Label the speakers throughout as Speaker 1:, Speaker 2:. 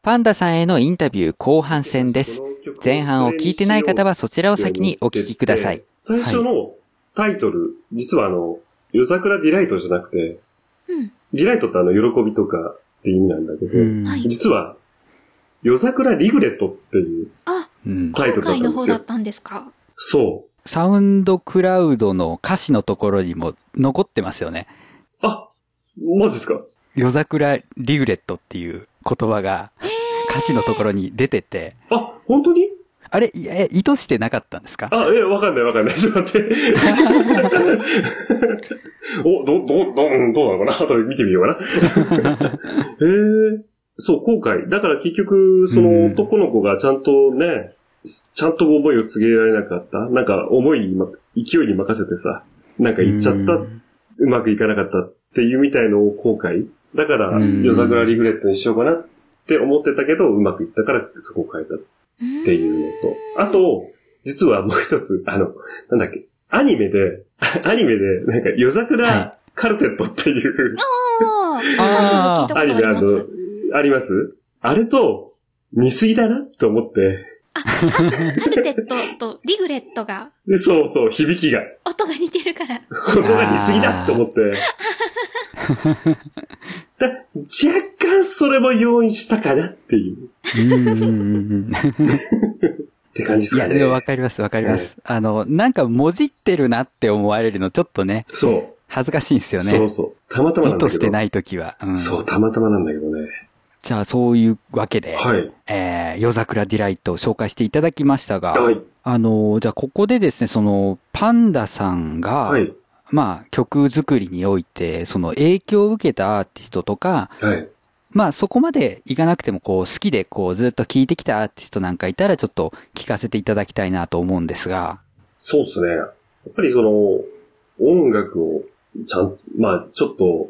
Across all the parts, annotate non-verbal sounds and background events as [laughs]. Speaker 1: パンダさんへのインタビュー後半戦です。前半を聞いてない方はそちらを先にお聞きください。。
Speaker 2: 最初のタイトル、実はあの、夜桜ディライトじゃなくて、
Speaker 3: うん。
Speaker 2: ディライトってあの、喜びとかって意味なんだけど、
Speaker 1: うん
Speaker 3: はい
Speaker 2: 実は、夜桜リグレットっていう
Speaker 3: あ、
Speaker 1: うん
Speaker 2: タイト
Speaker 3: 今
Speaker 2: ルだった
Speaker 3: 回
Speaker 2: んで
Speaker 3: の
Speaker 2: すよ
Speaker 3: 方だったんですか。
Speaker 2: そう。
Speaker 1: サウンドクラウドの歌詞のところにも残ってますよね。
Speaker 2: あ、マジですか
Speaker 1: 夜桜リグレットっていう言葉が歌詞のところに出てて、
Speaker 2: あ、本当に
Speaker 1: あれ、いえ、意図してなかったんですか
Speaker 2: あ、え、わかんないわかんない。 [laughs] ちょっと待って。お、ど、ど、ど、うんどうなのかな [laughs] 後で見てみようかな。 [laughs] へえ。そう、後悔。だから結局、その
Speaker 1: うん
Speaker 2: 男の子がちゃんとね、ちゃんと思いを告げられなかった。なんか思いにま、勢いに任せてさ、なんか言っちゃった、
Speaker 1: う
Speaker 2: うんまくいかなかったっていうみたいのを後悔。だから、
Speaker 1: うん
Speaker 2: 夜桜リグレットにしようかなって思ってたけど、うまくいったからそこを変えた。
Speaker 3: うーん
Speaker 2: っていうのと、あと、実はもう一つ、あの、なんだっけ、アニメで、アニメで、なんか、夜
Speaker 1: はい
Speaker 2: 桜カルテットっていう、
Speaker 3: あー
Speaker 1: あー
Speaker 3: 聞いたこ
Speaker 2: アニメ
Speaker 3: とあり
Speaker 2: あ
Speaker 3: ます。
Speaker 2: の、ありますあれと、似すぎだなと思って、
Speaker 3: カルテットとリグレットが
Speaker 2: でそうそう、響きが、
Speaker 3: 音が似てるから。
Speaker 2: 音が似すぎだと思
Speaker 1: [laughs]
Speaker 2: って。だ若干それも要因したかなっていう、
Speaker 1: うんうんうん
Speaker 2: って感じです
Speaker 1: い
Speaker 2: か
Speaker 1: や、
Speaker 2: ね。
Speaker 1: でもわかりますわかります。あの、なんかもじってるなって思われるのちょっとね、
Speaker 2: そう。
Speaker 1: 恥ずかしいんですよ
Speaker 2: そう
Speaker 1: ね。
Speaker 2: そう。たまたまな
Speaker 1: 意
Speaker 2: んだ
Speaker 1: 図
Speaker 2: け
Speaker 1: して
Speaker 2: ど。
Speaker 1: ない時は。うん
Speaker 2: そう、たまたまなんだけどね。
Speaker 1: じゃあそういうわけで、
Speaker 2: はい。
Speaker 1: えー夜桜ディライトを紹介していただきましたが、
Speaker 2: はい。
Speaker 1: あの、じゃあここでですね、その、パンダさんが、
Speaker 2: はい。
Speaker 1: まあ曲作りにおいて、その影響を受けたアーティストとか、
Speaker 2: はい。
Speaker 1: まあそこまでいかなくてもこう好きでこうずっと聴いてきたアーティストなんかいたらちょっと聞かせていただきたいなと思うんですが、
Speaker 2: そうですね。やっぱりその、音楽を、ちゃん、まあ、ちょっと、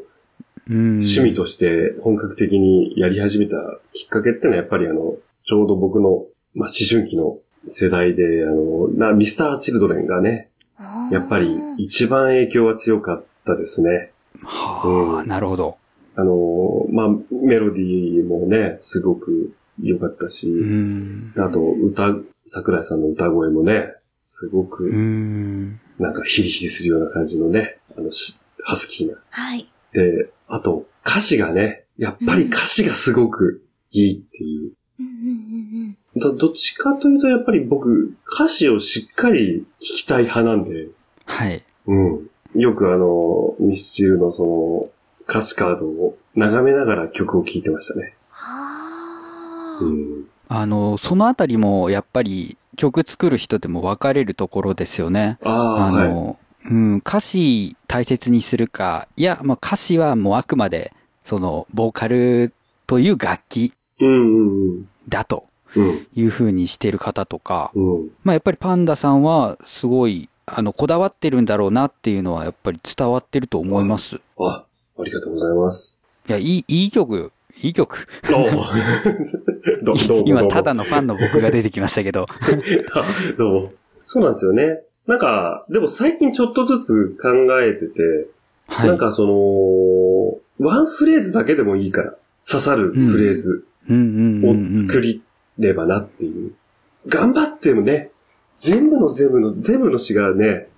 Speaker 1: うん。
Speaker 2: 趣味として本格的にやり始めたきっかけってのは、やっぱりあの、ちょうど僕の、まあ、思春期の世代で、あの、な、ミスター・チルドレンがね、やっぱり一番影響は強かったですね。
Speaker 1: はあ、
Speaker 2: うん
Speaker 1: なるほど。
Speaker 2: あの、まあ、メロディーもね、すごく良かったし、
Speaker 1: うん。
Speaker 2: あと、歌、桜井さんの歌声もね、すごく、
Speaker 1: うん。
Speaker 2: なんかヒリヒリするような感じのね、あの、しハスキーな。
Speaker 3: はい。
Speaker 2: で、あと、歌詞がね、やっぱり歌詞がすごくいいっていう。
Speaker 3: うんうんうん
Speaker 2: どどっちかというと、やっぱり僕、歌詞をしっかり聞きたい派なんで、
Speaker 1: はい。
Speaker 2: うん。よくあの、ミスチルのその、歌詞カードを眺めながら曲を聴いてましたね。
Speaker 3: は
Speaker 2: う
Speaker 3: ー
Speaker 2: ん。
Speaker 1: あの、そのあたりもやっぱり曲作る人でも分かれるところですよね。
Speaker 2: あ
Speaker 1: あ
Speaker 2: あ、はい。
Speaker 1: の、うん、歌詞大切にするか、いや、まあ、歌詞はもうあくまで、その、ボーカルという楽器
Speaker 2: うんうんうん。
Speaker 1: だと
Speaker 2: うん、
Speaker 1: いうふうにしてる方とか、
Speaker 2: うん。
Speaker 1: まあ、やっぱりパンダさんはすごい、あの、こだわってるんだろうなっていうのはやっぱり伝わってると思います。い
Speaker 2: あ、ありがとうございます。
Speaker 1: や、いい、いい曲、いい曲。
Speaker 2: ど
Speaker 1: [laughs]
Speaker 2: うも。どどうも。
Speaker 1: 今、
Speaker 2: どうも
Speaker 1: ただのファンの僕が出てきましたけど。
Speaker 2: あどうも。そうなんですよね。なんか、でも最近ちょっとずつ考えてて、
Speaker 1: はい。
Speaker 2: なんかその、ワンフレーズだけでもいいから、刺さるフレーズ
Speaker 1: うんうんう
Speaker 2: を
Speaker 1: んうん、
Speaker 2: 作れればなっていう。頑張ってもね、全部の全部の、全部の詩がね、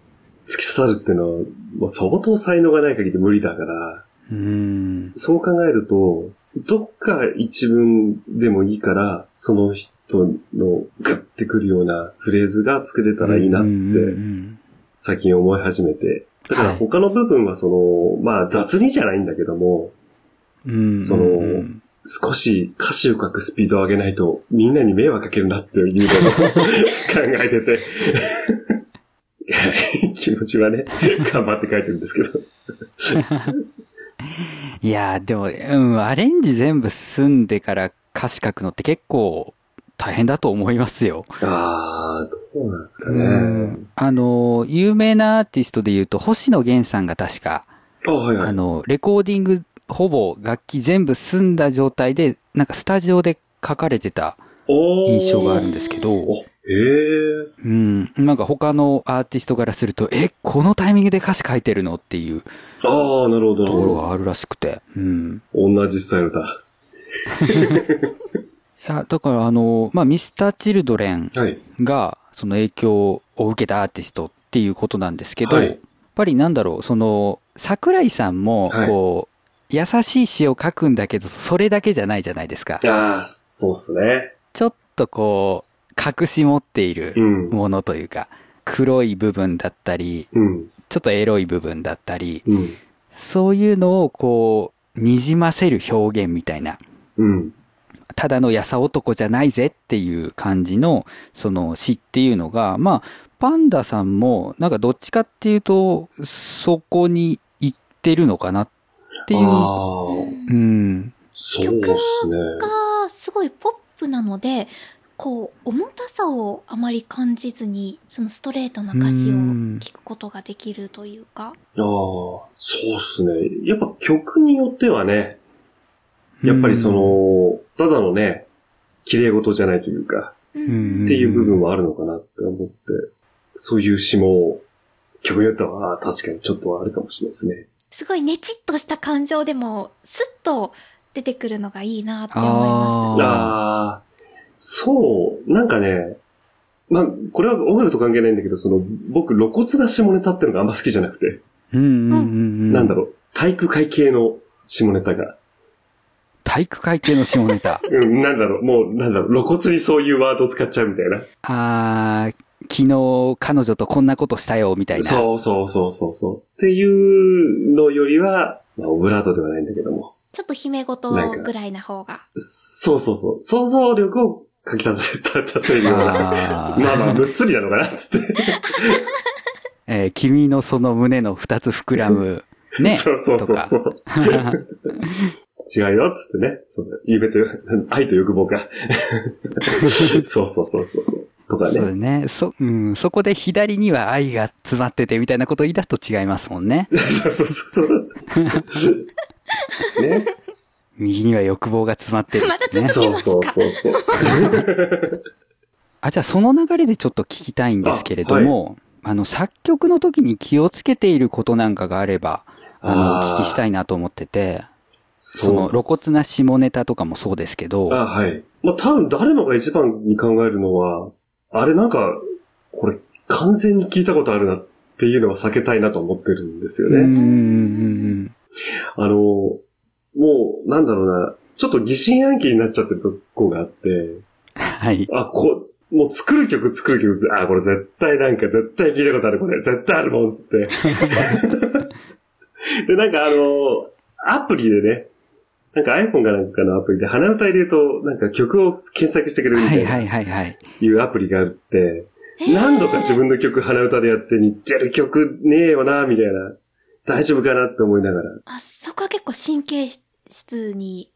Speaker 2: 突き刺さるっていうのは、もう相当才能がない限り無理だから、
Speaker 1: うん。
Speaker 2: そう考えると、どっか一文でもいいから、その人のグッてくるようなフレーズが作れたらいいなっ
Speaker 1: うんうんう
Speaker 2: て、
Speaker 1: ん
Speaker 2: 最近思い始めて。だから
Speaker 1: はい
Speaker 2: 他の部分はその、まあ雑にじゃないんだけども、
Speaker 1: うん。
Speaker 2: その
Speaker 1: うん
Speaker 2: 少し歌詞を書くスピードを上げないと、みんなに迷惑かけるなってい
Speaker 1: [laughs]
Speaker 2: うのを考えてて。気持ち
Speaker 1: [laughs]
Speaker 2: はね、頑張って書いてるんですけど。
Speaker 1: いやー、でも、うん、アレンジ全部済んでから歌詞書くのって結構大変だと思いますよ。
Speaker 2: あー、どうなんですか
Speaker 1: う
Speaker 2: ね。
Speaker 1: んあの、有名なアーティストで言うと、星野源さんが確か、
Speaker 2: あ、はいは
Speaker 1: あ
Speaker 2: い。
Speaker 1: の、レコーディング、ほぼ楽器全部済んだ状態で、なんかスタジオで書かれてた
Speaker 2: おー
Speaker 1: 印象があるんですけど、
Speaker 2: お、へえ。
Speaker 1: うん、なんか他のアーティストからすると、え、このタイミングで歌詞書いてるのっていう
Speaker 2: ああ、なるほど、
Speaker 1: と
Speaker 2: なる
Speaker 1: ころ
Speaker 2: ほ
Speaker 1: があるらしくて、うん。
Speaker 2: ど。同じスタイルだ。
Speaker 1: や、だからあの、まあ、ミスター・チルドレン
Speaker 2: はい。
Speaker 1: が、その影響を受けたアーティストっていうことなんですけど、
Speaker 2: はい
Speaker 1: やっぱりなんだろう、その、桜井さんも
Speaker 2: は、い
Speaker 1: こう、優しい詩を書くんだけど、それだけじゃないじゃないですか。
Speaker 2: ああ、そうっすね。
Speaker 1: ちょっとこう、隠し持っている
Speaker 2: うん。
Speaker 1: ものというか、黒い部分だったり、
Speaker 2: うん。
Speaker 1: ちょっとエロい部分だったり、
Speaker 2: うん。
Speaker 1: そういうのをこう、にじませる表現みたいな、
Speaker 2: うん。
Speaker 1: ただのやさ男じゃないぜっていう感じの、その詩っていうのが、まあ、パンダさんも、なんかどっちかっていうと、そこに行ってるのかなってい
Speaker 2: あ
Speaker 1: う、
Speaker 2: ー
Speaker 1: うん、
Speaker 2: そうっすね。
Speaker 3: がすごいポップなので、こう、重たさをあまり感じずに、そのストレートな歌詞
Speaker 1: う
Speaker 3: を
Speaker 1: ん
Speaker 3: 聞くことができるというか。
Speaker 2: ああ、そうっすね。やっぱ曲によってはね、やっぱりその、ただのね、綺麗事じゃないというか、
Speaker 3: う
Speaker 1: うん
Speaker 2: っていう部分はあるのかなって思って、そういう詩も、曲によっては、あー確かにちょっとはあるかもしれないですね。
Speaker 3: すごいねちっとした感情でも、スッと出てくるのがいいなって思い
Speaker 1: あ
Speaker 3: ま
Speaker 1: ー
Speaker 2: ああ、そう、なんかね、まあ、これは音楽と関係ないんだけど、その、僕、露骨な下ネタってのがあんま好きじゃなくて、
Speaker 1: うん、うん、うんうん。
Speaker 2: なんだ
Speaker 1: ろう。
Speaker 2: ろう、体育会系の下ネタが、
Speaker 1: 体育会系の下ネ
Speaker 2: [laughs]
Speaker 1: タ。
Speaker 2: うん、なんだろう、もう、なんだろう、露骨にそういうワードを使っちゃうみたいな。
Speaker 1: あー、昨日彼女とこんなことしたよ、みたいな。
Speaker 2: そうそうそうそうそう。っていうのよりは、まあ、オブラートではないんだけども、
Speaker 3: す。ちょっと姫ごとぐらいな方が。
Speaker 2: そうそうそう。想像力をかき立て、立てるような。
Speaker 1: あー
Speaker 2: まあまあ、むっつりなのかなっつって。
Speaker 1: えー君のその胸の二つ膨らむ、ね。
Speaker 2: [laughs] そうそうそうそう。 [laughs] 違うよっつってね。そう夢と、愛と欲
Speaker 1: [laughs]
Speaker 2: 望か。そうそうそうそうそう。とか
Speaker 1: そう
Speaker 2: ね
Speaker 1: だ。ね。そ、うん、そこで左には愛が詰まっててみたいなことを言い出すと違いますもん
Speaker 2: [laughs]
Speaker 1: ね。
Speaker 2: そうそ
Speaker 1: [laughs]
Speaker 2: うそうそう。ね。
Speaker 1: 右には欲望が詰まってる、ね。
Speaker 3: また続き
Speaker 2: そう
Speaker 3: ます
Speaker 2: そう
Speaker 3: か。
Speaker 2: そうそう。
Speaker 1: あ、じゃあその流れでちょっと聞きたいんですけれども、あ,、の、作曲の時に気をつけていることなんかがあれば、あの、お
Speaker 2: あー
Speaker 1: 聞きしたいなと思ってて、
Speaker 2: そ
Speaker 1: その露
Speaker 2: 骨
Speaker 1: 骨な下ネタとかもそうですけど、
Speaker 2: あ、はい。まあ、多分誰もが一番に考えるのは、あれなんか、これ完全に聞いたことあるなっていうのは避けたいなと思ってるんですよ
Speaker 1: うんうんう
Speaker 2: ね。
Speaker 1: ん
Speaker 2: あの、もう、なんだろうな、ちょっと疑心暗鬼になっちゃってるとこがあって、
Speaker 1: うん。はい。
Speaker 2: あ、こう、もう作る曲作る曲、あ、これ絶対なんか絶対聞いたことある、これ絶対あるもんっつって。 [laughs] で、なんかあの、アプリでね、なんか iPhone かなんかのアプリで鼻歌入れると、なんか曲を検索してくれるみ
Speaker 1: は
Speaker 2: たい
Speaker 1: い
Speaker 2: な。
Speaker 1: はいはいはい。
Speaker 2: いうアプリがあって、
Speaker 3: へー
Speaker 2: 何度か自分の曲鼻歌でやって似てる曲ねえよな、みたいな。大丈夫かなって思いながら。
Speaker 3: あ、そこは結構神経質に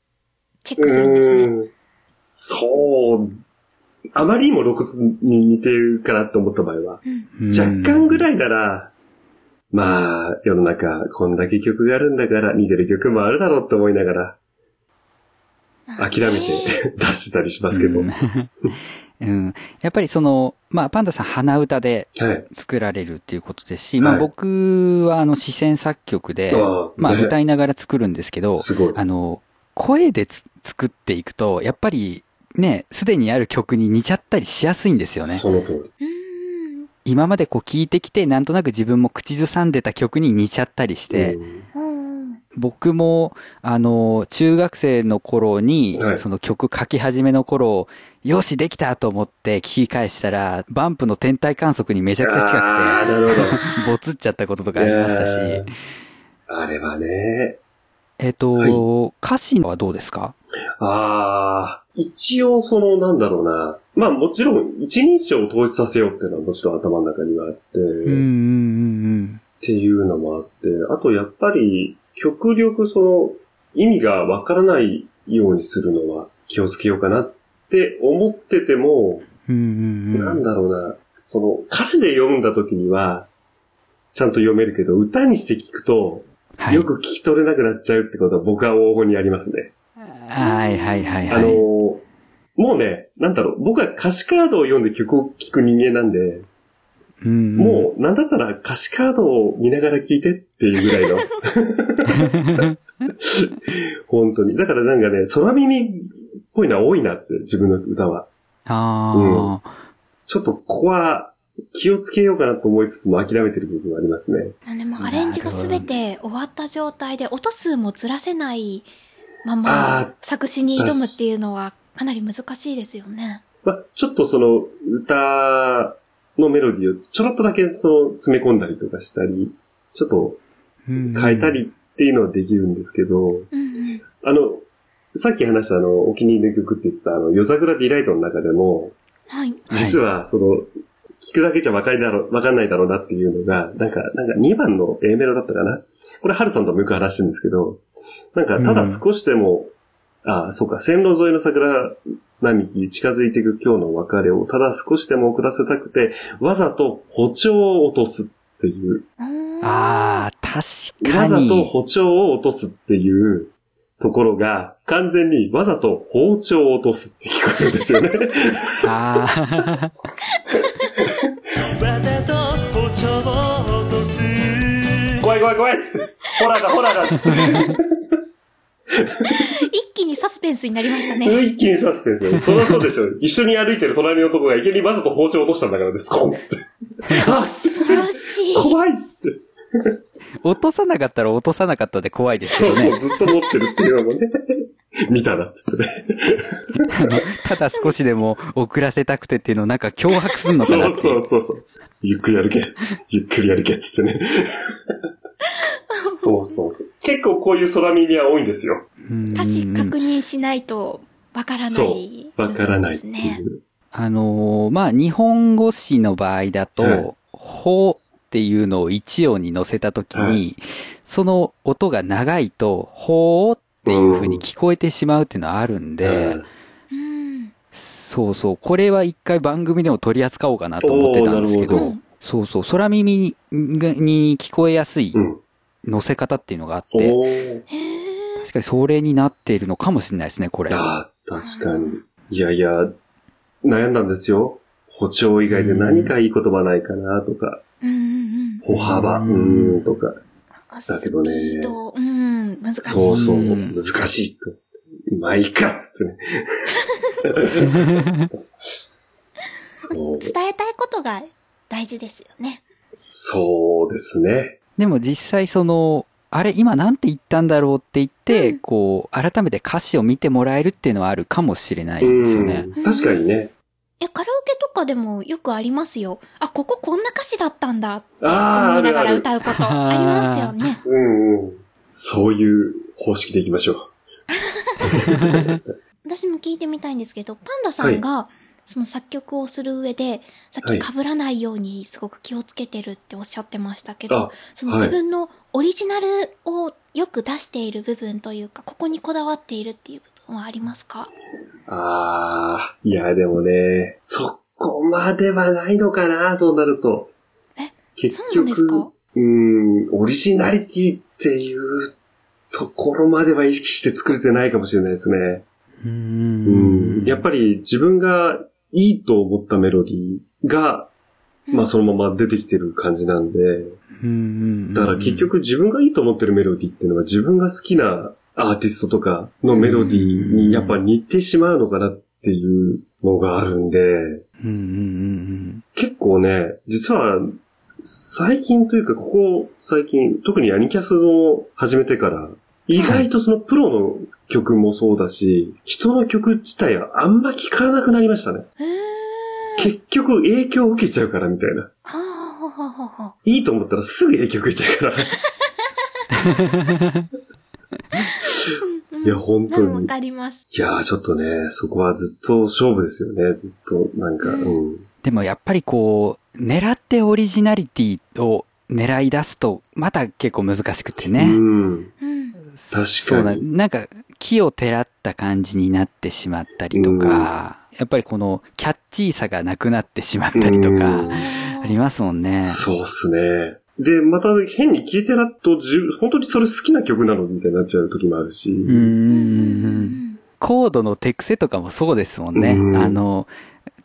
Speaker 3: チェックするんですね。
Speaker 2: うーん。そう。あまりにも露骨に似てるかなって思った場合は、
Speaker 3: うん。
Speaker 2: 若干ぐ
Speaker 1: い。
Speaker 2: らいなら、まあ、世の中、こんだけ曲があるんだから、似てる曲もあるだろうって思いながら、諦め
Speaker 3: へー。
Speaker 2: て [laughs] 出してたりしますけど。
Speaker 1: う
Speaker 2: は
Speaker 1: んうん、やっぱりその、まあ、パンダさん鼻歌で
Speaker 2: い。
Speaker 1: 作られるっていうことですし、
Speaker 2: はい
Speaker 1: まあ僕はあの視線作曲で、
Speaker 2: あ
Speaker 1: [laughs] まあ
Speaker 2: ね
Speaker 1: 歌いながら作るんですけど、
Speaker 2: すごい。
Speaker 1: あの、声でつ作っていくと、やっぱりね、すでにある曲に似ちゃったりしやすいんですよね。
Speaker 2: その通り。
Speaker 3: うーん。
Speaker 1: 今までこう聴いてきて、なんとなく自分も口ずさんでた曲に似ちゃったりして、
Speaker 2: うん
Speaker 3: うん。
Speaker 1: 僕も、あの、中学生の頃に、
Speaker 2: はい
Speaker 1: その曲書き始めの頃、よし、できたと思って聞き返したら、バンプの天体観測にめちゃくちゃ近
Speaker 2: あ
Speaker 1: く
Speaker 2: ーなるほど。
Speaker 1: [laughs] て、ぼつっちゃったこととかありましたし、
Speaker 2: いやーあれはね、
Speaker 1: えっと、
Speaker 2: はい
Speaker 1: 歌詞はどうですか
Speaker 2: ああ、一応その、なんだろうな。まあもちろん、一人称を統一させようっていうのはもちろん頭の中にはあって、
Speaker 1: うんうんうん
Speaker 2: っていうのもあって、あとやっぱり、極力その、意味がわからないようにするのは気をつけようかなって思ってても、
Speaker 1: うん。うんうんう
Speaker 2: なん
Speaker 1: ん。
Speaker 2: だろうな、その、歌詞で読んだ時には、ちゃんと読めるけど、歌にして聞くと、
Speaker 1: はい
Speaker 2: よく聞き取れなくなっちゃうってことは僕は往々にありますね。
Speaker 1: はいはいはい
Speaker 2: あ
Speaker 1: は
Speaker 2: のー
Speaker 1: い。
Speaker 2: もうね、なんだろう、僕は歌詞カードを読んで曲を聴く人間なんで、
Speaker 1: うん
Speaker 2: もう、なんだったら歌詞カードを見ながら聴いてっていうぐらいの。
Speaker 1: [laughs]
Speaker 2: 本当に。だからなんかね、空耳ぽいのは多いなって、自分の歌は。
Speaker 1: ああ、
Speaker 2: ちょっとここは気をつけようかなと思いつつも諦めてる部分はありますね。
Speaker 3: あでもアレンジが全て終わった状態で音数もずらせないま
Speaker 2: あー
Speaker 3: ま作詞に挑むっていうのはかなり難しいですよね。
Speaker 2: まあ、ちょっとその歌のメロディーをちょろっとだけその詰め込んだりとかしたり、ちょっと
Speaker 1: うん
Speaker 2: 変えた。りっていうのはできるんですけど、
Speaker 3: うんうん。
Speaker 2: あの、さっき話したあの、お気に入りの曲って言ったあの、夜桜ディライトの中でも、
Speaker 3: はい。
Speaker 2: 実はその、聞くだけじゃわかんないだろう、わかんないだろうなっていうのが、なんか、なんか2番の A メロだったかな。これ、ハルさんともよく話してるんですけど、なんか、ただ少しでも、あ、そうか、線路沿いの桜並木近づいていく今日の別れを、ただ少しでも遅らせたくて、わざと歩調を落とすっていう、
Speaker 1: ああ、確
Speaker 2: わ
Speaker 1: か
Speaker 2: ざと
Speaker 1: に。
Speaker 2: 歩調を落とすっていうところが、完全にわざと包丁を落とすって聞こえるんですよ [laughs] ね。
Speaker 1: ああ、
Speaker 4: わざと包丁を落とす
Speaker 2: 怖い怖い怖いっつって、ホラーだホラーだっつって
Speaker 3: ー一気にサスペンスになりましたね。
Speaker 2: 一気に刺してるんですよ。そりゃそうでしょ。一緒に歩いてる隣の男がいきなりわざと包丁落としたんだからです。コンって。
Speaker 3: 恐ろしい。
Speaker 2: 怖いっつって。
Speaker 1: 落とさなかったら落とさなかったで怖いです
Speaker 2: そう
Speaker 1: よ
Speaker 2: そ
Speaker 1: ね。
Speaker 2: う、ずっと持ってるっていうのもね。見たなっつってね。
Speaker 1: あのただ少しでも遅らせたくてっていうのをなんか脅迫すんの
Speaker 2: そ
Speaker 1: かなっ
Speaker 2: う
Speaker 1: て。
Speaker 2: そうそうそう。ゆっくり歩け。ゆっくり歩けっつってね。そうそうそう。結構こういう空耳は多いんですよ。
Speaker 1: うん
Speaker 3: 歌詞確認しないとわからない、
Speaker 2: そう。わからない
Speaker 3: で
Speaker 2: って
Speaker 3: す
Speaker 2: い
Speaker 3: ね。
Speaker 2: う。
Speaker 1: あのーまあ、日本語詞の場合だと、
Speaker 2: はい
Speaker 1: ほっていうのを一音に乗せたときに、
Speaker 2: は
Speaker 1: その音が長いと、ほーっていう風に聞こえてしまうっていうのはあるんで、
Speaker 2: うん
Speaker 3: うん。
Speaker 1: そうそう、これは一回番組でも取り扱おうかなと思ってたんですけど、
Speaker 2: おー
Speaker 3: う
Speaker 2: なるほ
Speaker 3: ん。
Speaker 1: そうそう、空耳にがに聞こえやすい
Speaker 2: うん。
Speaker 1: 乗せ方っていうのがあって、
Speaker 2: おー。
Speaker 3: へえ。
Speaker 1: 確かにそれになっているのかもしれないですね、これ。
Speaker 2: ああ、確かに。いやいや、悩んだんですよ。補聴以外で何かいい言葉ないかなとか、
Speaker 3: うんうん
Speaker 2: 歩幅、
Speaker 1: う
Speaker 2: う
Speaker 1: ん
Speaker 2: ーん、とか。
Speaker 3: うん。
Speaker 2: だけどね
Speaker 3: スピードうん。難しい。
Speaker 2: そうそう、
Speaker 1: うん
Speaker 2: 難しいと。まあいいかっつってね。
Speaker 3: [laughs]
Speaker 2: そう
Speaker 3: 伝えたいことが大事ですよね。
Speaker 2: そうですね。
Speaker 1: でも実際その、あれ今なんて言ったんだろうって言って、
Speaker 3: うん
Speaker 1: こう、改めて歌詞を見てもらえるっていうのはあるかもしれないですよね。
Speaker 2: うん確かにね。
Speaker 3: え、カラオケとかでもよくありますよ。あ、こここんな歌詞だったんだって思い
Speaker 2: あー
Speaker 3: なが
Speaker 2: あるあ
Speaker 3: ら
Speaker 2: る
Speaker 3: 歌うことありますよね。
Speaker 2: うんうん。そういう方式でいきましょう。
Speaker 3: 私も聞いてみたいんですけど、パンダさんが、その作曲をする上で、さっ
Speaker 2: はい
Speaker 3: き被らないようにすごく気をつけてるっておっしゃってましたけど、
Speaker 2: あ
Speaker 3: その
Speaker 2: はい
Speaker 3: 自分のオリジナルをよく出している部分というか、ここにこだわっているっていう部分はありますか
Speaker 2: ああ、いやでもね、そこまではないのかな、そうなると。
Speaker 3: え
Speaker 2: 結
Speaker 3: そうなんですか
Speaker 2: うん、オリジナリティっていうところまでは意識して作れてないかもしれないですね。
Speaker 1: うー
Speaker 2: うん
Speaker 1: ん。
Speaker 2: やっぱり自分がいいと思ったメロディーが、まあそのまま出てきてる感じなんで、
Speaker 1: り
Speaker 2: だから結、局自分がいいと思ってるメロディーっていうのは自分が好きなアーティストとかのメロディーにやっぱ似てしまうのかなっていうのがあるんで、
Speaker 1: うんうんうん
Speaker 2: 結構ね、実は最近というかここ最近、特にアニキャスを始めてから、意外とそのプロの曲もそうだし、人の曲自体はあんま聞かなくなりましたね。
Speaker 3: へー。
Speaker 2: 結局影響を受けちゃうからみたいな。
Speaker 3: はあはあはあはあはあ。
Speaker 2: いいと思ったらすぐ影響受けちゃうから。
Speaker 3: うんうん
Speaker 2: いや、本当
Speaker 3: でも
Speaker 2: に
Speaker 3: わ。かります。
Speaker 2: いやー、ちょっとね、そこはずっと勝負ですよね。ずっと、なんか、うん。
Speaker 1: でもやっぱりこう、狙ってオリジナリティを狙い出すと、また結構難しくてね。
Speaker 2: うん。
Speaker 3: うん。
Speaker 2: かに
Speaker 1: そうだなんか、木をてらった感じになってしまったりとか、やっぱりこのキャッチーさがなくなってしまったりと
Speaker 2: う
Speaker 1: か
Speaker 2: ん、
Speaker 1: ありますもんね。
Speaker 2: そうっすね。で、また変に聴いてらっと、じゅ本当にそれ好きな曲なのみたいになっちゃう時もあるし。
Speaker 1: うー
Speaker 3: うん
Speaker 1: ん。コードの手癖とかもそうですもんね。
Speaker 2: うん
Speaker 1: あの、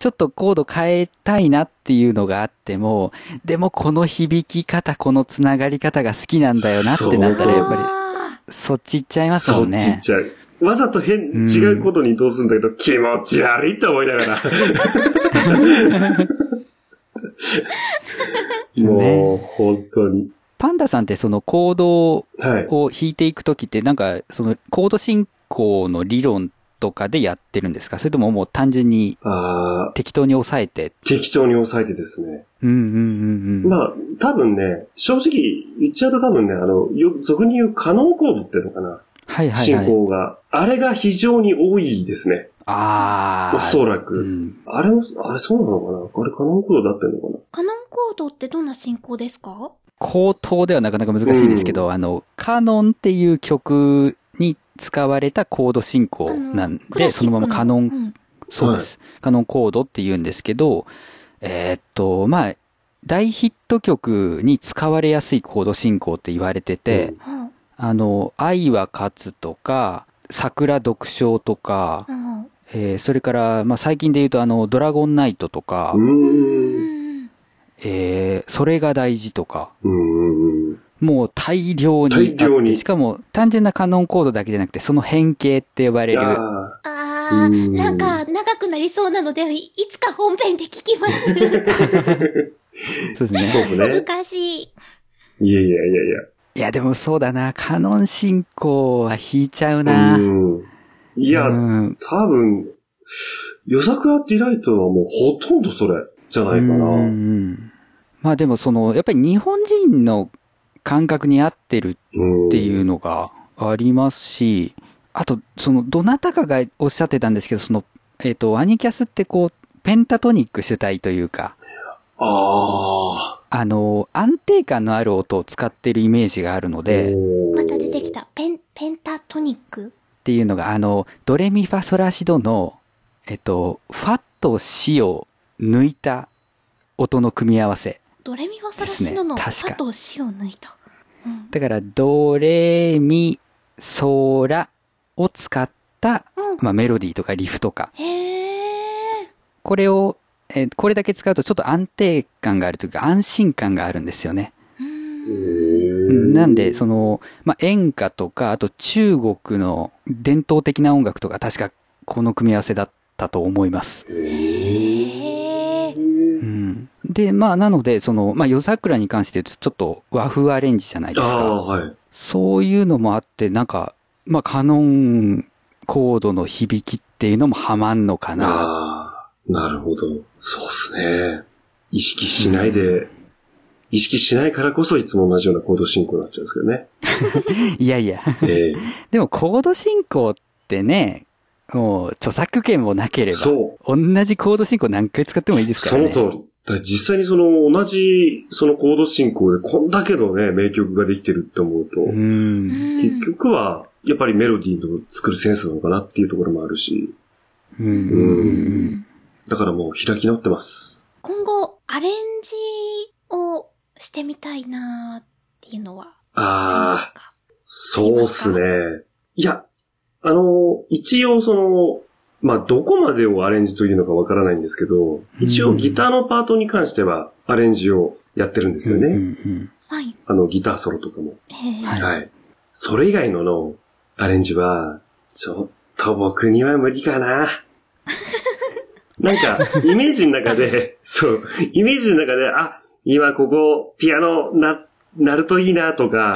Speaker 1: ちょっとコード変えたいなっていうのがあっても、でもこの響き方、このつながり方が好きなんだよなってなったら、やっぱ
Speaker 3: あ
Speaker 1: りそっち行っちゃいますもん
Speaker 2: そっち行っ
Speaker 1: ね。
Speaker 2: ちゃう。わざと変、
Speaker 1: うん
Speaker 2: 違うことに移動するんだけど、気持ち悪いと思いながら。
Speaker 1: [laughs]
Speaker 2: もう、本当に。
Speaker 1: パンダさんってその行動
Speaker 2: はい。
Speaker 1: を引いていくときって、なんか、そのコード進行の理論とかでやってるんですかそれとももう単純に
Speaker 2: あ
Speaker 1: 適当に抑えて。
Speaker 2: ー適当に抑えてですね。
Speaker 1: うんうんうんうん。
Speaker 2: まあ、多分ね、正直言っちゃうと多分ね、あの、よ俗に言う可能コードっていうのかな。
Speaker 1: はいはい
Speaker 2: 進
Speaker 1: はい。
Speaker 2: 行が。あれが非常に多いですね。
Speaker 1: ああ。
Speaker 2: おそら
Speaker 1: う
Speaker 2: く。
Speaker 1: ん。
Speaker 2: あれも、あれそうなのかなあれ可能コードだってんのかな
Speaker 3: カノンコードってどんな進行ですか
Speaker 1: 口頭ではなかなか難しいですけど、あの、カノンっていう曲に使われたコード進行なん
Speaker 3: クラ
Speaker 1: で、
Speaker 3: シ
Speaker 1: そ
Speaker 3: ック
Speaker 1: のままカノン
Speaker 3: うん
Speaker 1: そうです。カノンコードって言うんですけど、えーっと、まあ、大ヒット曲に使われやすいコード進行って言われてて、
Speaker 2: うん
Speaker 3: はい
Speaker 1: あの、愛は勝つとか、桜独唱とか
Speaker 3: う、ん
Speaker 1: えーそれから、まあ、最近で言うと、あの、ドラゴンナイトとか
Speaker 2: う、。
Speaker 3: うんん
Speaker 1: えーそれが大事とか、
Speaker 2: うんうん。
Speaker 1: もう大量にあって
Speaker 2: 大量に
Speaker 1: しかも単純なカノンコードだけじゃなくて、その変形って呼ば
Speaker 2: い
Speaker 1: れ
Speaker 2: や
Speaker 1: る、
Speaker 2: ー
Speaker 3: あ
Speaker 2: う
Speaker 3: ー、
Speaker 2: ん
Speaker 3: なんか長くなりそうなので、いいつか本編で聞き
Speaker 1: [laughs]
Speaker 3: ま
Speaker 1: そう
Speaker 3: す。
Speaker 1: ですね。
Speaker 2: そうですね。
Speaker 3: 難しい。
Speaker 2: いやいやいやいや。
Speaker 1: いや、でもそうだな、カノン進行は弾いちゃうな。
Speaker 2: うんいや、
Speaker 1: うん
Speaker 2: 多分、夜桜ディライトはもうほとんどそれじゃないかな。
Speaker 1: うんう
Speaker 2: うん
Speaker 1: まあでもその、やっぱり日本人の感覚に合ってる
Speaker 2: ん。
Speaker 1: っていう
Speaker 2: う。
Speaker 1: のがありますし、あと、その、どなたかがおっしゃってたんですけど、その、えっ、と、アニキャスってこう、ペンタトニック主体というか、
Speaker 2: ああ。
Speaker 1: あの、安定感のある音を使ってるイメージがあるので、っ
Speaker 2: おー
Speaker 3: また出てき。た。ペン、ペンタトニック。
Speaker 1: ていうのが、あの、ドレミファソラシドの、えっ、と、ファとシを抜いた音の組み合わせ。
Speaker 3: ドレミファソラシドの
Speaker 1: ですね確か
Speaker 3: 歯と死を抜いた。うん
Speaker 1: だから、ドレミソラを使った、
Speaker 3: うん。
Speaker 1: まあ、メロディーとかリフとか、
Speaker 3: へー。
Speaker 1: これを、えーこれだけ使うとちょっと安定感があるというか安心感があるんですよね。
Speaker 3: う
Speaker 2: へ
Speaker 3: ん。
Speaker 2: ー
Speaker 1: なんで、その、まあ、演歌とか、あと中国の伝統的な音楽とか、確かこの組み合わせだったと思います。
Speaker 3: へー。
Speaker 1: うん、で、まあ、なので、その、まあ、夜桜に関して言うとちょっと和風アレンジじゃないです
Speaker 2: あ
Speaker 1: か。
Speaker 2: あ、はい。
Speaker 1: そういうのもあって、なんか、まあ、カノンコードの響きっていうのもハマんのかな。
Speaker 2: ああ、なるほど。そうっすね。意識しないで、意識しないからこそいつも同じような行動進行になっちゃう
Speaker 1: [laughs]
Speaker 2: んです
Speaker 1: いやいや。 [laughs]
Speaker 2: けどね。ええ
Speaker 1: でも、コード進行ってね、もう、著作権もなければ、
Speaker 2: そう。
Speaker 1: 同じコード進行何回使ってもいいですか
Speaker 2: そ
Speaker 1: ら
Speaker 2: の
Speaker 1: ね。
Speaker 2: 通り。だから実際にその同じそのコード進行でこんだけのね、名曲ができてるって思うと、
Speaker 1: う。
Speaker 3: うん
Speaker 2: 結
Speaker 3: ん。
Speaker 2: 局は、やっぱりメロディーの作るセンスなのかなっていうところもあるし、
Speaker 1: うんうんうん
Speaker 2: だからもう開き直ってます。
Speaker 3: 今後、アレンジをしてみたいなーっていうのはありま
Speaker 2: あ
Speaker 3: す
Speaker 2: あ、
Speaker 3: か
Speaker 2: そうっすね。いや、あの、一応その、まあ、どこまでをアレンジというのかわからないんですけど、一応ギターのパートに関してはアレンジをやってるんですよね。
Speaker 1: うんうん
Speaker 3: はい。
Speaker 2: あの、ギターソロとかも。
Speaker 3: へー。
Speaker 1: はい
Speaker 2: はい。それ以外ののアレンジは、ちょっと僕には無理か
Speaker 1: [laughs]
Speaker 2: な。なんか、イメージの中で、そう、イメージの中で、あ、今ここ、ピアノな、なるといいなと
Speaker 1: [laughs]
Speaker 2: か、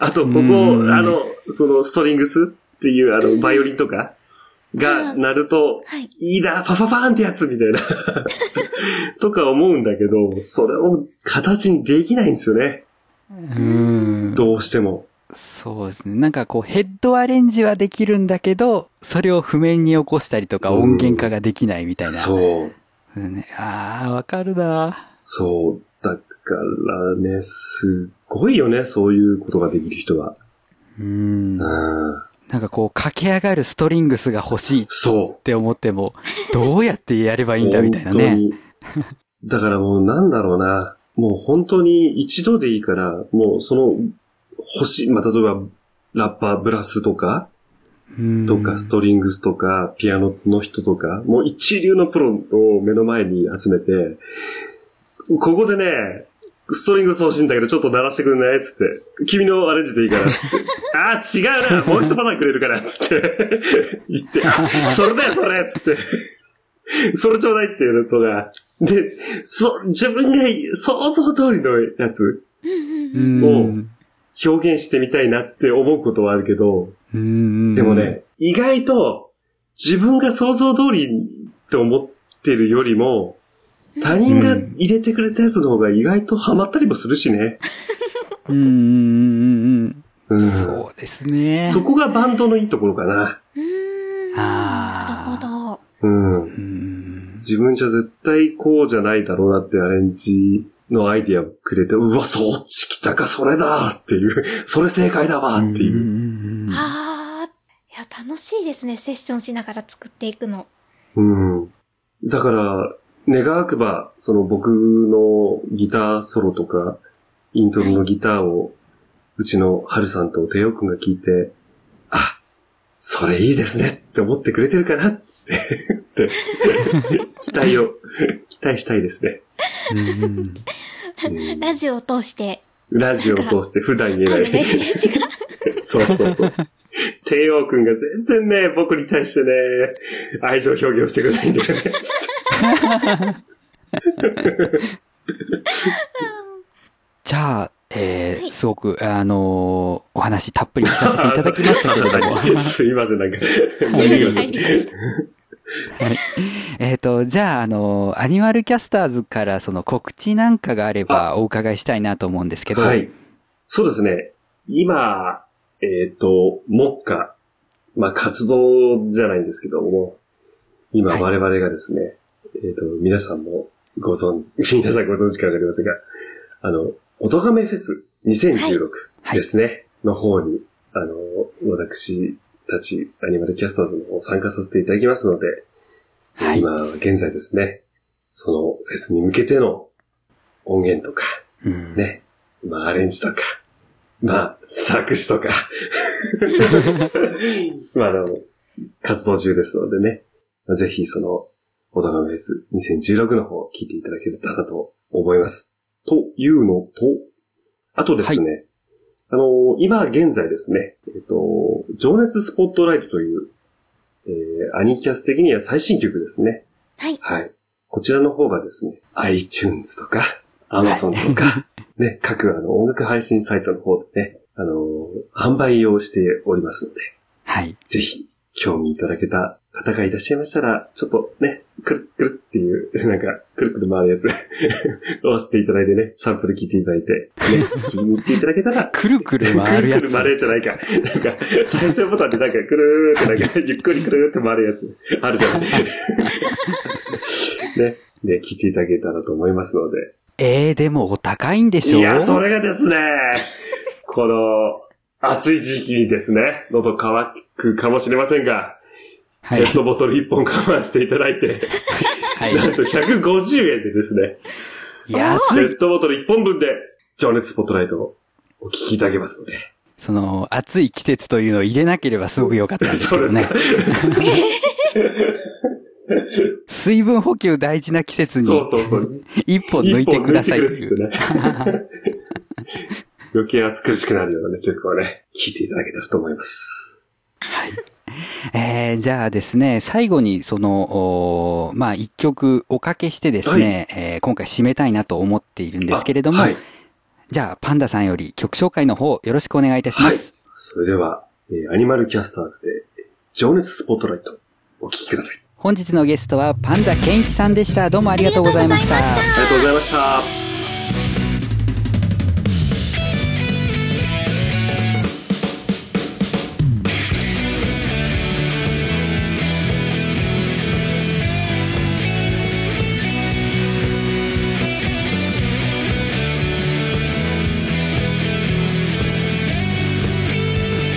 Speaker 2: あと、ここ、あ
Speaker 1: うん
Speaker 2: の、その、ストリングスっていう、あの、バイオリンとか
Speaker 3: あ
Speaker 2: がなると、
Speaker 3: はい。
Speaker 2: いいな、パパパーンってやつみたいな、
Speaker 1: [laughs]
Speaker 2: とか思うんだけど、それを形にできないんですよね。
Speaker 1: うん。うん
Speaker 2: どうしても。
Speaker 1: そうですね。なんかこう、ヘッドアレンジはできるんだけど、それを譜面に起こしたりとか
Speaker 2: うん
Speaker 1: 音源化ができないみたいな。
Speaker 2: そう。
Speaker 1: うんねああ、わかるな。
Speaker 2: そう。だからね、すごいよね、そういうことができる人は。
Speaker 1: うん。な
Speaker 2: うん。
Speaker 1: んかこう、駆け上がるストリングスが欲しいっ
Speaker 2: そう。
Speaker 1: て思って
Speaker 2: [laughs]
Speaker 1: も、どうやってやればいいんだみたいなね。
Speaker 2: 本当に。だからもうなんだろうな。もう本当に一度でいいから、もうその、星、まあ、例えば、ラッパー、ブラスとか、と
Speaker 1: う
Speaker 2: か、
Speaker 1: ん
Speaker 2: ストリングスとか、ピアノの人とか、もう一流のプロを目の前に集めて、ここでね、ストリングス欲しいんだけど、ちょっと鳴らしてくれないつって。君のアレンジでいいから。つ
Speaker 1: [laughs]
Speaker 2: って。あー、違うなもう一パターンくれるから。つって。
Speaker 1: [laughs]
Speaker 2: 言って、あ、それだよ、それつって。それちょうだいっていうのとが。で、そ、自分が想像通りのやつ、
Speaker 1: う
Speaker 3: うん
Speaker 1: ん。
Speaker 2: 表現してみたいなって思うことはあるけど、
Speaker 1: うん。
Speaker 2: でもね、意外と自分が想像通りって思ってるよりも、他人が入れてくれたやつの方が意外とハマったりもするしね。
Speaker 1: うん。うんうん。
Speaker 2: う
Speaker 1: うんん。そうですね。
Speaker 2: そこがバンドのいいところかな。
Speaker 3: うん。な
Speaker 1: あ
Speaker 3: る
Speaker 1: ー
Speaker 3: ほど。
Speaker 2: うん。
Speaker 1: うん。
Speaker 2: 自分じゃ絶対こうじゃないだろうなってアレンジのアイディアをくれて、うわ、そっち来たか、それだっていう、それ正解だわっていう。
Speaker 1: んんん
Speaker 3: ああ、いや、楽しいですね。セッションしながら作っていくの。
Speaker 2: うん。だから、願わくば、その僕のギターソロとか、イントロのギターを、うちのハルさんとテオくんが聞いて、あ、それいいですねって思ってくれてるかなってって、期待を、期待したいですね。
Speaker 1: うんうん
Speaker 2: うん
Speaker 3: ラジオを通して、
Speaker 2: ラジオを通して普段言
Speaker 3: あの
Speaker 2: え
Speaker 3: メ
Speaker 2: な
Speaker 3: ッセ
Speaker 2: い。
Speaker 3: ージが。
Speaker 2: そうそうそう。帝王くんが全然ね、僕に対してね、愛情表現をしてくれないんだよね。つって
Speaker 1: じゃあ、え
Speaker 3: は
Speaker 1: ー、
Speaker 3: い
Speaker 1: すごく、あのーお話たっぷり聞かせていただきましたけれど
Speaker 2: [laughs]
Speaker 1: も。
Speaker 2: すいません、なんか。
Speaker 1: う
Speaker 3: い
Speaker 1: い
Speaker 3: や
Speaker 1: う
Speaker 3: い
Speaker 1: よ
Speaker 3: やいや
Speaker 1: えっと、じゃあ、あのーアニマルキャスターズからその告知なんかがあればお伺いしたいなと思うんですけど。
Speaker 2: はい。そうですね。今、えっ、と、目下、まあ活動じゃないんですけども、今
Speaker 1: はい
Speaker 2: 我々がですね、えっ、と、皆さんもご存知、 [laughs] 皆さんご存知かわかりませんが、あの、おとがめフェス2016
Speaker 1: はい
Speaker 2: ですね、の方に、あの、私たちアニマルキャスターズの方参加させていただきますので、
Speaker 1: はい。
Speaker 2: 今現在ですね、そのフェスに向けての音源とか、
Speaker 1: うん
Speaker 2: ね。まあ、アレンジとか、まあ、作
Speaker 1: [laughs]
Speaker 2: 詞とか。まあ、あの、活動中ですのでね。ぜひ、その、オダガメフェス2016の方を聞いていただけたらと思います。というのと、あとですね、あの、今現在ですね、えっと、情熱スポットライトという、えー、アニキャス的には最新曲ですね。
Speaker 3: はい。
Speaker 2: はい。こちらの方がですね、iTunes とか、Amazon とか、ね、各あの音楽配信サイトの方でね、あのー販売をしておりますので、
Speaker 1: はい。
Speaker 2: ぜひ、興味いただけた方がいらっしゃいましたら、ちょっとね、くるっくるっていう、 [laughs] なんか、くるくる回るやつ [laughs] をしていただいてね、サンプル聞いていただいて、
Speaker 1: [laughs]
Speaker 2: ね、気に入っていただけたら、
Speaker 1: くるく
Speaker 2: くる
Speaker 1: る [laughs] 回るや
Speaker 2: くる
Speaker 1: つ。
Speaker 2: 回るじゃないか。なんか、再生ボタンでなんか、くるーってなん
Speaker 1: [laughs]
Speaker 2: か、ゆっくりくるーって回るやつ、あるじゃない。ね、ね、聞いていただけたらと思いますので、
Speaker 1: えー、でもお高いんでしょ
Speaker 2: いや、それがですね、この、暑い時期にですね、喉乾くかもしれませんが、
Speaker 1: はい
Speaker 2: ペッ。トボトル1本我慢していただいて、
Speaker 1: はい。
Speaker 2: なん [laughs] と150円でですね、
Speaker 1: 安い。
Speaker 2: ペットボトル1本分で、情熱スポットライトをお聞きいただけますので。
Speaker 1: その、暑い季節というのを入れなければすごく良かったんです
Speaker 2: そ
Speaker 1: け
Speaker 2: う
Speaker 1: ど
Speaker 2: です
Speaker 1: ね
Speaker 2: ね。。
Speaker 1: 水分補給大事な季節に、
Speaker 2: そうそうそう。
Speaker 1: [laughs] 一本抜いてくださいとい
Speaker 2: 一
Speaker 1: う。
Speaker 2: 本抜いてくれっつってね。余計暑苦しくなるような、ね、曲をね、聴いていただけたらと思います。
Speaker 1: えーじゃあですね、最後にその、おーまあ、一曲おかけしてですね、えー今回締めたいなと思っているんですけれども、
Speaker 2: あはい
Speaker 1: じゃあ、パンダさんより曲紹介の方よろしくお願いいたします。
Speaker 2: それでは、えーアニマルキャスターズで、情熱スポットライト、お聞きください。
Speaker 1: 本日のゲストはパンダケンイチさんでした。どうもありがとうございました。
Speaker 2: ありがとうございました。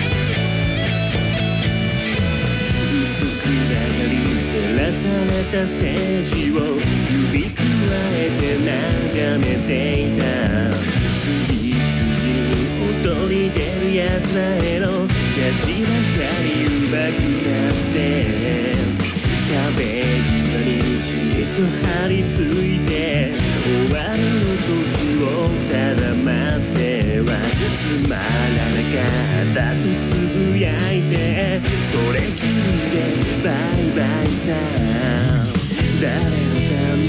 Speaker 4: 薄暗がりに照らされたステージを指くわえて眺めていた次々に踊り出る奴らへの立ちばかり上手くなって壁際にじっと張り付いて終わりの時をただ待ってはつまらなかったとつぶやいてそれきりでバイバイさ誰のため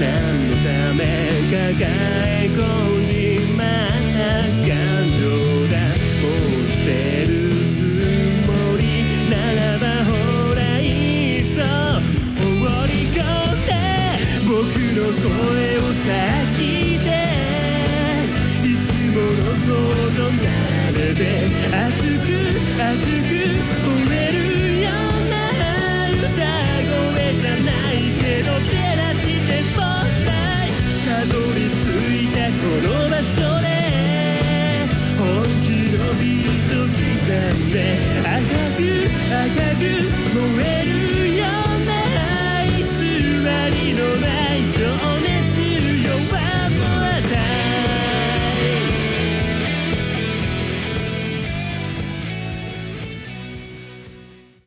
Speaker 4: 何のため抱え込んで